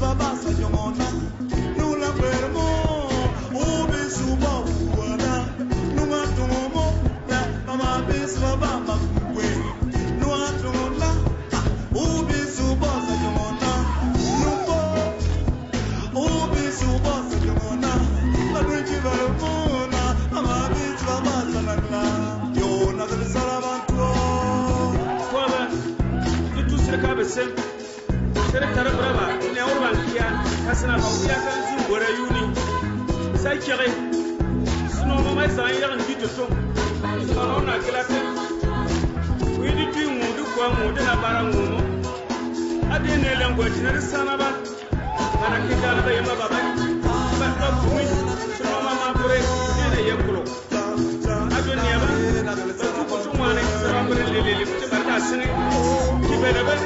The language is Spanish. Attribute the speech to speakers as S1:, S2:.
S1: Nobody
S2: shaka bisin shirin tare braba ne urban kiya kasana hausiya kan zu gore yuni sai kire suno mo mai sai yan gito som suno na klase wi di ti mu du ko mu de na bara mu mo ade ne len go ti na sana ba mana ki dal ba yema baba ba ba ku mi suno ma ma gore ne ne yekulo ajo ne ba ba ku ku tu ma ne sara bare le le le ti barka sine ki be da ba